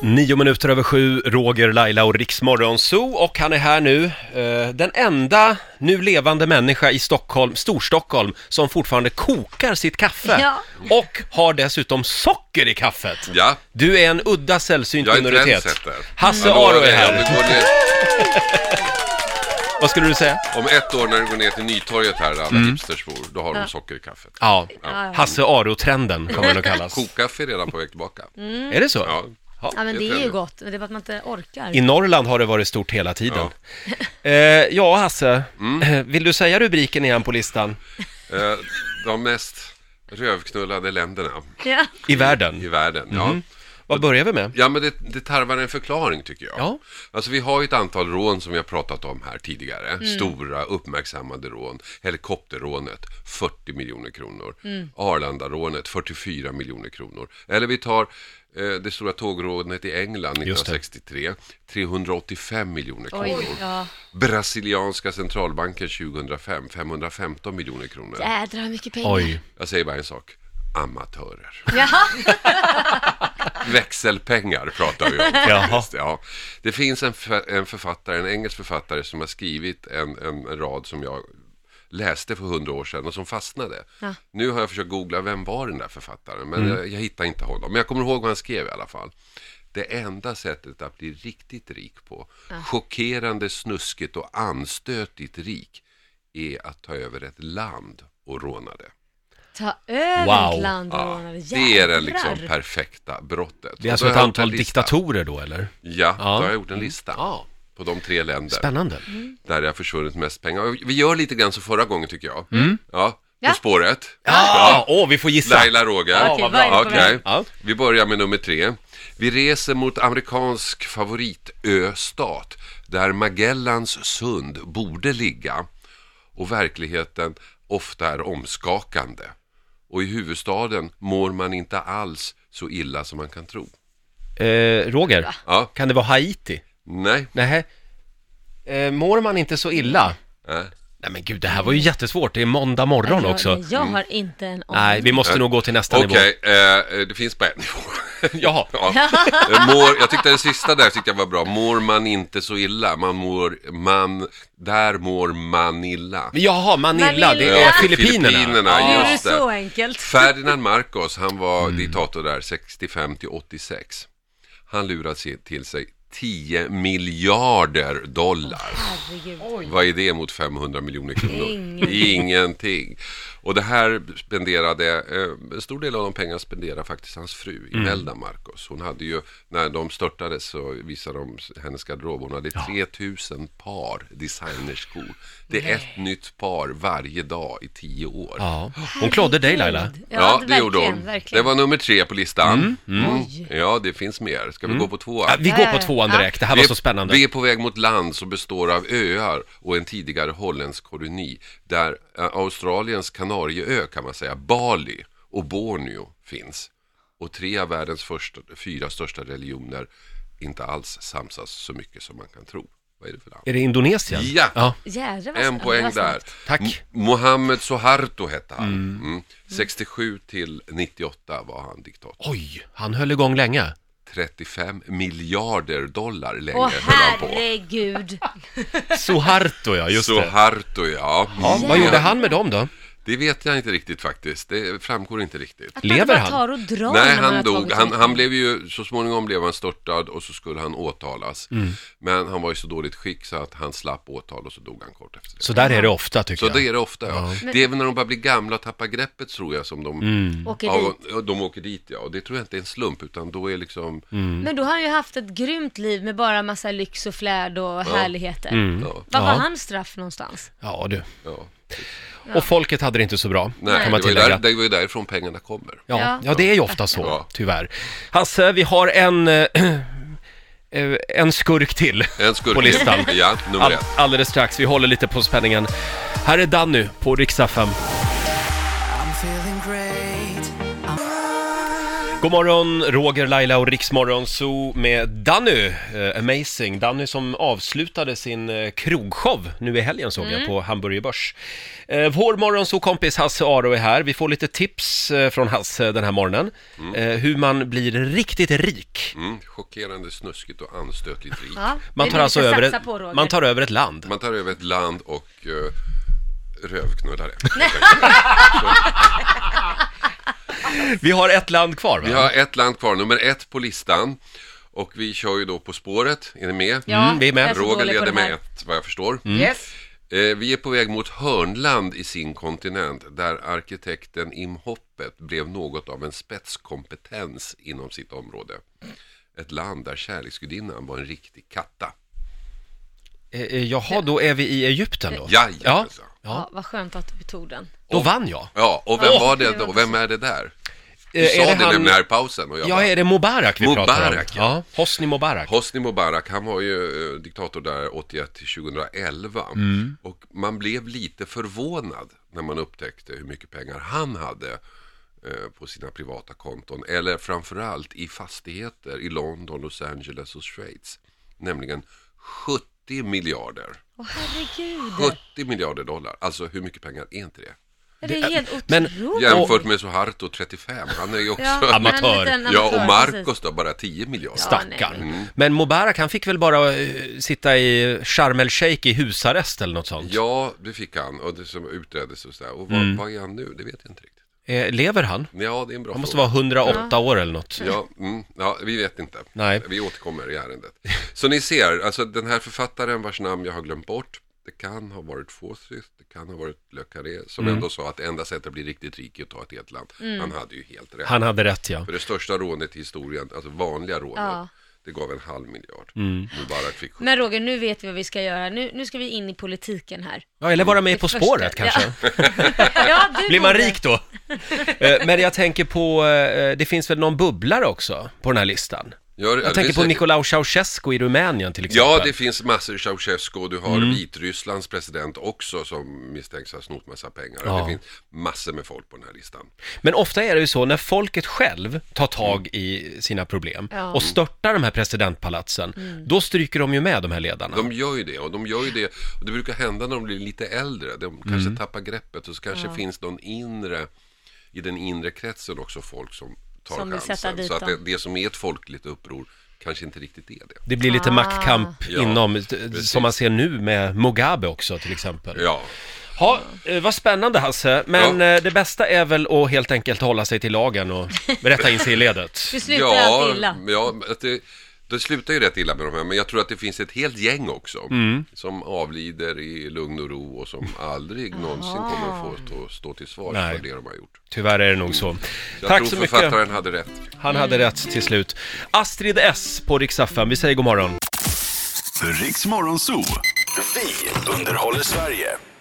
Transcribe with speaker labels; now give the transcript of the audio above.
Speaker 1: Nio minuter över sju, Roger, Laila och Riksmorgon Zoo och han är här nu. Eh, den enda nu levande människa i Stockholm, Storstockholm som fortfarande kokar sitt kaffe
Speaker 2: Ja.
Speaker 1: och har dessutom socker i kaffet.
Speaker 3: Ja,
Speaker 1: Du är en udda sällsynt
Speaker 3: jag är
Speaker 1: minoritet.
Speaker 3: trendsetter.
Speaker 1: Hasse
Speaker 3: Jag lovar
Speaker 1: Aro är
Speaker 3: dig, om
Speaker 1: här.
Speaker 3: det går ner-
Speaker 1: Vad skulle du säga?
Speaker 3: Om ett år när du går ner till Nytorget här, där alla
Speaker 1: Mm.
Speaker 3: hipsters bor, då har de socker i kaffet.
Speaker 1: Ja,
Speaker 2: Ja.
Speaker 1: Hasse Aro-trenden kommer den att kallas.
Speaker 3: Kokkaffe är redan på väg tillbaka.
Speaker 1: Är det så?
Speaker 3: Ja.
Speaker 2: Ja men det
Speaker 3: Det är
Speaker 2: är ju
Speaker 3: trevligt.
Speaker 2: gott, men det är bara att man inte orkar.
Speaker 1: I Norrland har det varit stort hela tiden. Ja, eh, ja Hasse,
Speaker 3: Mm.
Speaker 1: vill du säga rubriken igen på listan?
Speaker 3: Eh, De mest rövknullade länderna
Speaker 2: Ja.
Speaker 1: I världen. Mm.
Speaker 3: i världen. Ja,
Speaker 1: Vad börjar vi med?
Speaker 3: ja men det, det tarvar en förklaring tycker jag.
Speaker 1: Ja.
Speaker 3: Alltså vi har ju ett antal rån som vi har pratat om här tidigare.
Speaker 1: Mm.
Speaker 3: Stora uppmärksammade rån. Helikopterrånet 40 miljoner kronor.
Speaker 1: Mm.
Speaker 3: Arlandarånet 44 miljoner kronor. Eller vi tar eh, det stora tågrånet i England
Speaker 1: Just det.
Speaker 3: 1963. 385 miljoner kronor.
Speaker 2: Oj, ja.
Speaker 3: Brasilianska centralbanken 2005, 515 miljoner kronor.
Speaker 2: Jädrar vad mycket pengar.
Speaker 1: Oj.
Speaker 3: Jag säger bara en sak. Amatörer.
Speaker 2: Jaha.
Speaker 3: Växelpengar pratar vi om.
Speaker 1: Jaha.
Speaker 3: faktiskt, Ja. Det finns en, f- en författare, en engelsk författare som har skrivit en, en, en rad som jag läste för hundra år sedan och som fastnade.
Speaker 2: Ja.
Speaker 3: Nu har jag försökt googla vem var den där författaren men eh, jag, jag hittar inte honom. Men jag kommer ihåg vad han skrev i alla fall. Det enda sättet att bli riktigt rik på, chockerande, snuskigt och anstötigt rik, är att ta över ett land och råna det.
Speaker 2: Ta över
Speaker 1: Wow.
Speaker 2: ett land och
Speaker 3: Ja,
Speaker 2: månader.
Speaker 3: det är det liksom
Speaker 2: Jädrar.
Speaker 3: perfekta brottet.
Speaker 1: Det är
Speaker 3: Och
Speaker 1: alltså
Speaker 3: då
Speaker 1: ett
Speaker 3: har jag gjort
Speaker 1: antal
Speaker 3: en lista.
Speaker 1: diktatorer då, eller?
Speaker 3: Ja,
Speaker 1: Ja.
Speaker 3: då har jag gjort en lista
Speaker 1: Ja.
Speaker 3: på de tre länder
Speaker 1: Spännande.
Speaker 3: där det har försvunnit mest pengar. Och Vi gör lite grann som förra gången tycker jag. Ja, På
Speaker 2: Ja.
Speaker 3: spåret.
Speaker 1: Mm. Ja, åh, vi får gissa.
Speaker 3: Laila Roger.
Speaker 2: Okej, vad är det på
Speaker 3: Okej.
Speaker 2: väg?
Speaker 1: Ja.
Speaker 3: Vi börjar med nummer tre. Vi reser mot amerikansk favoritöstat där Magellans sund borde ligga och verkligheten ofta är omskakande. Och i huvudstaden mår man inte alls så illa som man kan tro.
Speaker 1: Eh, Roger,
Speaker 3: Ja,
Speaker 1: kan det vara Haiti?
Speaker 3: nej,
Speaker 1: Nej. Eh, mår man inte så illa?
Speaker 3: nej.
Speaker 1: Nej men gud, det här var ju jättesvårt. Mm. Det är måndag morgon
Speaker 2: Jag-
Speaker 1: också.
Speaker 2: Jag
Speaker 3: Mm.
Speaker 2: har inte en aning.
Speaker 1: Nej, vi måste nog gå till nästa nivå.
Speaker 3: Okej, eh, det finns bara en nivå.
Speaker 1: Jaha.
Speaker 3: Ja. Eh, Mår, jag tyckte det sista där tyckte jag var bra. Mår man inte så illa. Man mår, man, där mår man illa.
Speaker 1: Jaha, Manila, det är
Speaker 2: Ja,
Speaker 1: Filippinerna.
Speaker 3: Filippinerna,
Speaker 1: Ja.
Speaker 2: Det
Speaker 3: just
Speaker 2: är
Speaker 3: det.
Speaker 2: så enkelt.
Speaker 3: Ferdinand Marcos, han var diktator där 65 till 86. Han lurade sig till sig 10 miljarder dollar.
Speaker 2: Herregud.
Speaker 3: Vad är det mot 500 miljoner kronor?
Speaker 2: Ingenting.
Speaker 3: Ingenting. Och det här spenderade, eh, en stor del av de pengarna spenderade faktiskt hans fru,
Speaker 1: Mm.
Speaker 3: Imelda Marcos. Hon hade ju, när de störtades så visade de s- hennes garderob. Hon hade 3000 par designerskor. Det är ett nytt par varje dag i tio år.
Speaker 1: ja. Hon klådde dig Laila.
Speaker 2: Herregud.
Speaker 3: Ja,
Speaker 2: Ja,
Speaker 3: det
Speaker 2: verkligen,
Speaker 3: gjorde hon.
Speaker 2: Verkligen.
Speaker 3: Det var Mm. nummer tre på listan.
Speaker 2: Oj.
Speaker 3: Ja, det finns mer. Ska vi gå på tvåan?
Speaker 1: Mm, Ja, vi
Speaker 2: Ja,
Speaker 1: går
Speaker 2: ja,
Speaker 1: på
Speaker 2: ja.
Speaker 1: tvåan
Speaker 2: Ja.
Speaker 1: direkt, det här var
Speaker 3: Vi är-
Speaker 1: så spännande.
Speaker 3: Vi är på väg mot land som består av öar och en tidigare holländsk koloni där eh, Australiens Kanarieö kan man säga, Bali och Borneo finns. Och tre av världens första, fyra största religioner inte alls samsas så mycket som man kan tro. Vad är det för land?
Speaker 1: Är det Indonesien?
Speaker 3: Ja.
Speaker 1: ja.
Speaker 2: Jädrar vad
Speaker 3: En
Speaker 2: snabbt. Det
Speaker 3: poäng
Speaker 2: var
Speaker 3: där.
Speaker 2: snabbt.
Speaker 1: Tack.
Speaker 3: M- Mohammed Suharto hette han. Mm. 67 till 98 var han diktator.
Speaker 1: Oj, han höll igång länge.
Speaker 3: 35 miljarder dollar längre
Speaker 2: Åh
Speaker 3: höll han på.
Speaker 2: herregud.
Speaker 1: Suharto ja, just det.
Speaker 3: Suharto, ja.
Speaker 1: Ja,
Speaker 3: Mm.
Speaker 1: vad gjorde han med dem då?
Speaker 3: Det vet jag inte riktigt faktiskt. Det framgår inte riktigt.
Speaker 2: Att
Speaker 1: Lever
Speaker 2: man bara
Speaker 1: han?
Speaker 2: tar och drar
Speaker 3: Nej,
Speaker 2: när man
Speaker 3: han
Speaker 2: har
Speaker 3: dog.
Speaker 2: tagit
Speaker 3: Han,
Speaker 2: sig.
Speaker 3: han blev ju, så småningom blev han störtad och så skulle han åtalas.
Speaker 1: Mm.
Speaker 3: Men han var i så dåligt skick så att han slapp åtal och så dog han kort efter det.
Speaker 1: Så där är det ofta tycker
Speaker 3: Så
Speaker 1: jag.
Speaker 3: det är det ofta, ja. Det är väl när de bara blir gamla och tappar greppet tror jag som de
Speaker 1: Mm.
Speaker 2: Åker
Speaker 3: Ja,
Speaker 2: dit.
Speaker 3: och de åker dit ja, och det tror jag inte är en slump utan då är liksom,
Speaker 1: Mm.
Speaker 2: Men då har han ju haft ett grymt liv med bara massa lyx och flärd och härligheter.
Speaker 3: ja,
Speaker 2: Var var
Speaker 1: Mm. Ja.
Speaker 2: hans straff någonstans?
Speaker 1: Ja du.
Speaker 3: ja.
Speaker 1: Och folket hade det inte så bra,
Speaker 3: Nej,
Speaker 1: kan
Speaker 3: det
Speaker 1: man
Speaker 3: var, ju
Speaker 1: tillägga.
Speaker 3: där, det var ju därifrån pengarna kommer.
Speaker 1: Ja,
Speaker 2: Ja.
Speaker 1: ja, det är ju ofta så,
Speaker 3: Ja.
Speaker 1: tyvärr. Hasse, vi har en, eh, eh, en skurk till
Speaker 3: En skurk
Speaker 1: på listan.
Speaker 3: Ja, nummer
Speaker 1: All,
Speaker 3: ett.
Speaker 1: alldeles strax, vi håller lite på spänningen. Här är Danny på riksdag 5. God morgon, Roger, Laila och Riksmorgon Zoo med Danny, eh, Amazing. Danny som avslutade sin eh, krogshow nu i helgen såg
Speaker 2: Mm.
Speaker 1: jag på Hamburger Börs. Eh, vår morgonzoo-kompis Hasse Aro är här. Vi får lite tips eh, från Hasse den här morgonen.
Speaker 2: Mm.
Speaker 1: Eh, hur man blir riktigt rik.
Speaker 3: Mm, chockerande snuskigt och anstötligt rikt.
Speaker 2: Ja,
Speaker 1: Man
Speaker 2: det är
Speaker 1: tar
Speaker 2: det
Speaker 1: alltså
Speaker 2: vi ska
Speaker 1: över
Speaker 2: satsa
Speaker 1: ett,
Speaker 2: på, Roger.
Speaker 1: man tar över ett
Speaker 2: Typ.
Speaker 1: land.
Speaker 3: Man tar över ett land och uh, rövknullare.
Speaker 1: Vi har ett land kvar va?
Speaker 3: Vi har ett land kvar, nummer ett på listan. Och vi kör ju då På spåret, är ni med?
Speaker 2: Ja,
Speaker 1: Mm, vi är med.
Speaker 2: jag så
Speaker 3: Roger
Speaker 2: dålig på
Speaker 3: leder
Speaker 2: det här. Mm.
Speaker 3: med ett, vad jag förstår.
Speaker 4: Yes.
Speaker 3: Eh, vi är på väg mot Hörnland i sin kontinent, där arkitekten Im Hoppet blev något av en spetskompetens inom sitt område. Ett land där kärleksgudinnan var en riktig katta.
Speaker 1: Eh, eh, jaha, då är vi i Egypten då? ja.
Speaker 3: Jajamensan.
Speaker 2: Ja, vad skönt att du tog den.
Speaker 1: Då vann jag.
Speaker 3: Ja, och vem
Speaker 2: Åh,
Speaker 3: var
Speaker 2: det
Speaker 3: det
Speaker 2: var
Speaker 3: då? Vem är det där? Du
Speaker 1: Eh,
Speaker 3: sa
Speaker 1: är
Speaker 3: det,
Speaker 1: det han-
Speaker 3: nämligen här i pausen och jag
Speaker 1: Ja,
Speaker 3: bara,
Speaker 1: är det Mubarak vi pratar om?
Speaker 3: Mubarak, ja.
Speaker 1: ja. Hosni Mubarak.
Speaker 3: Hosni Mubarak, han var ju eh, diktator där 81 till 2011 och man blev lite förvånad när man upptäckte hur mycket pengar han hade eh, på sina privata konton eller framförallt i fastigheter i London, Los Angeles och Schweiz. Nämligen 70 miljarder.
Speaker 2: Åh herregud.
Speaker 3: 70 miljarder dollar, alltså hur mycket pengar är inte det?
Speaker 2: Det är helt otroligt.
Speaker 1: men-
Speaker 3: Jämfört med Suharto 35, han är ju också...
Speaker 2: Ja,
Speaker 3: Ja,
Speaker 1: Amatör.
Speaker 2: han är en liten amatör,
Speaker 3: och
Speaker 2: precis.
Speaker 3: Marcos då, bara 10 miljarder.
Speaker 2: Ja,
Speaker 1: Stackarn.
Speaker 2: nej.
Speaker 3: Mm.
Speaker 1: Men Mubarak, han fick väl bara eh, sitta i Sharm el Sheikh i husarrest eller något sånt?
Speaker 3: Ja, det fick han och det som utreddes och sådär. Och vad,
Speaker 1: Mm.
Speaker 3: vad är han nu? Det vet jag inte riktigt.
Speaker 1: Eh, lever han?
Speaker 3: Ja, det är en bra
Speaker 1: Han måste
Speaker 3: fråga.
Speaker 1: vara 108 år eller något.
Speaker 3: Ja, mm, ja, vi vet inte.
Speaker 1: Nej.
Speaker 3: Vi återkommer i ärendet. Så ni ser, alltså den här författaren vars namn jag har glömt bort. Det kan ha varit Forsyth, det kan ha varit Le Carré, som
Speaker 1: Mm.
Speaker 3: ändå sa att det enda sättet att bli riktigt rik är att ta ett helt land.
Speaker 2: Mm.
Speaker 3: Han hade ju helt rätt.
Speaker 1: Han hade rätt ja.
Speaker 3: För det största rånet i historien, alltså vanliga rånet,
Speaker 2: Ja.
Speaker 3: det gav en halv miljard.
Speaker 1: Mm.
Speaker 3: Mubarak fick sju.
Speaker 2: Men Roger, nu vet vi vad vi ska göra. Nu, nu ska vi in i politiken här.
Speaker 1: ja eller vara med
Speaker 2: Det
Speaker 1: På
Speaker 2: första-
Speaker 1: spåret kanske?
Speaker 2: Ja. ja, du
Speaker 1: Blir man
Speaker 2: Roger.
Speaker 1: rik då? Eh, Men jag tänker på, eh, det finns väl någon bubblare också på den här listan?
Speaker 3: Gör- ja, det
Speaker 1: Jag tänker
Speaker 3: finns
Speaker 1: på
Speaker 3: säkert-
Speaker 1: Nicolae Ceausescu i Rumänien till exempel.
Speaker 3: Ja, det finns massor. Ceausescu och du har
Speaker 2: Mm.
Speaker 3: Vitrysslands president också som misstänks ha snott massa pengar.
Speaker 1: Ja.
Speaker 3: Det finns massor med folk på den här listan.
Speaker 1: Men ofta är det ju så när folket själv tar tag i sina problem
Speaker 2: Ja. Mm.
Speaker 1: och störtar de här presidentpalatsen, då stryker de ju med de här ledarna.
Speaker 3: De gör ju det och de gör ju det och det brukar hända när de blir lite äldre. De kanske
Speaker 2: Mm.
Speaker 3: tappar greppet och så kanske finns någon inre i den inre kretsen också folk som tar
Speaker 2: Som vill sätta
Speaker 3: chansen.
Speaker 2: dit
Speaker 3: Så att det,
Speaker 2: dem.
Speaker 3: det som är ett folkligt uppror kanske inte riktigt är det.
Speaker 1: Det blir lite
Speaker 2: Ah.
Speaker 1: maktkamp
Speaker 3: Ja,
Speaker 1: inom, som man ser nu med Mugabe också till exempel.
Speaker 3: Ja,
Speaker 1: Ja, eh, vad spännande Hasse, men
Speaker 3: Ja.
Speaker 1: eh, det bästa är väl att helt enkelt hålla sig till lagen och rätta in sig i ledet.
Speaker 2: Du slutar
Speaker 3: ja,
Speaker 2: alltid illa.
Speaker 3: ja att det, det slutar ju rätt illa med de här men jag tror att det finns ett helt gäng också
Speaker 1: Mm.
Speaker 3: som avlider i lugn och ro och som aldrig någonsin kommer att få stå, stå till svars
Speaker 1: Nej.
Speaker 3: för det de har gjort.
Speaker 1: Tyvärr är det nog så.
Speaker 3: Jag
Speaker 1: Tack
Speaker 3: tror
Speaker 1: så mycket.
Speaker 3: författaren hade rätt.
Speaker 1: Han hade rätt till slut. Astrid S på Riksaffen. vi säger god morgon.
Speaker 5: Riks Morgonzoo. Vi underhåller Sverige.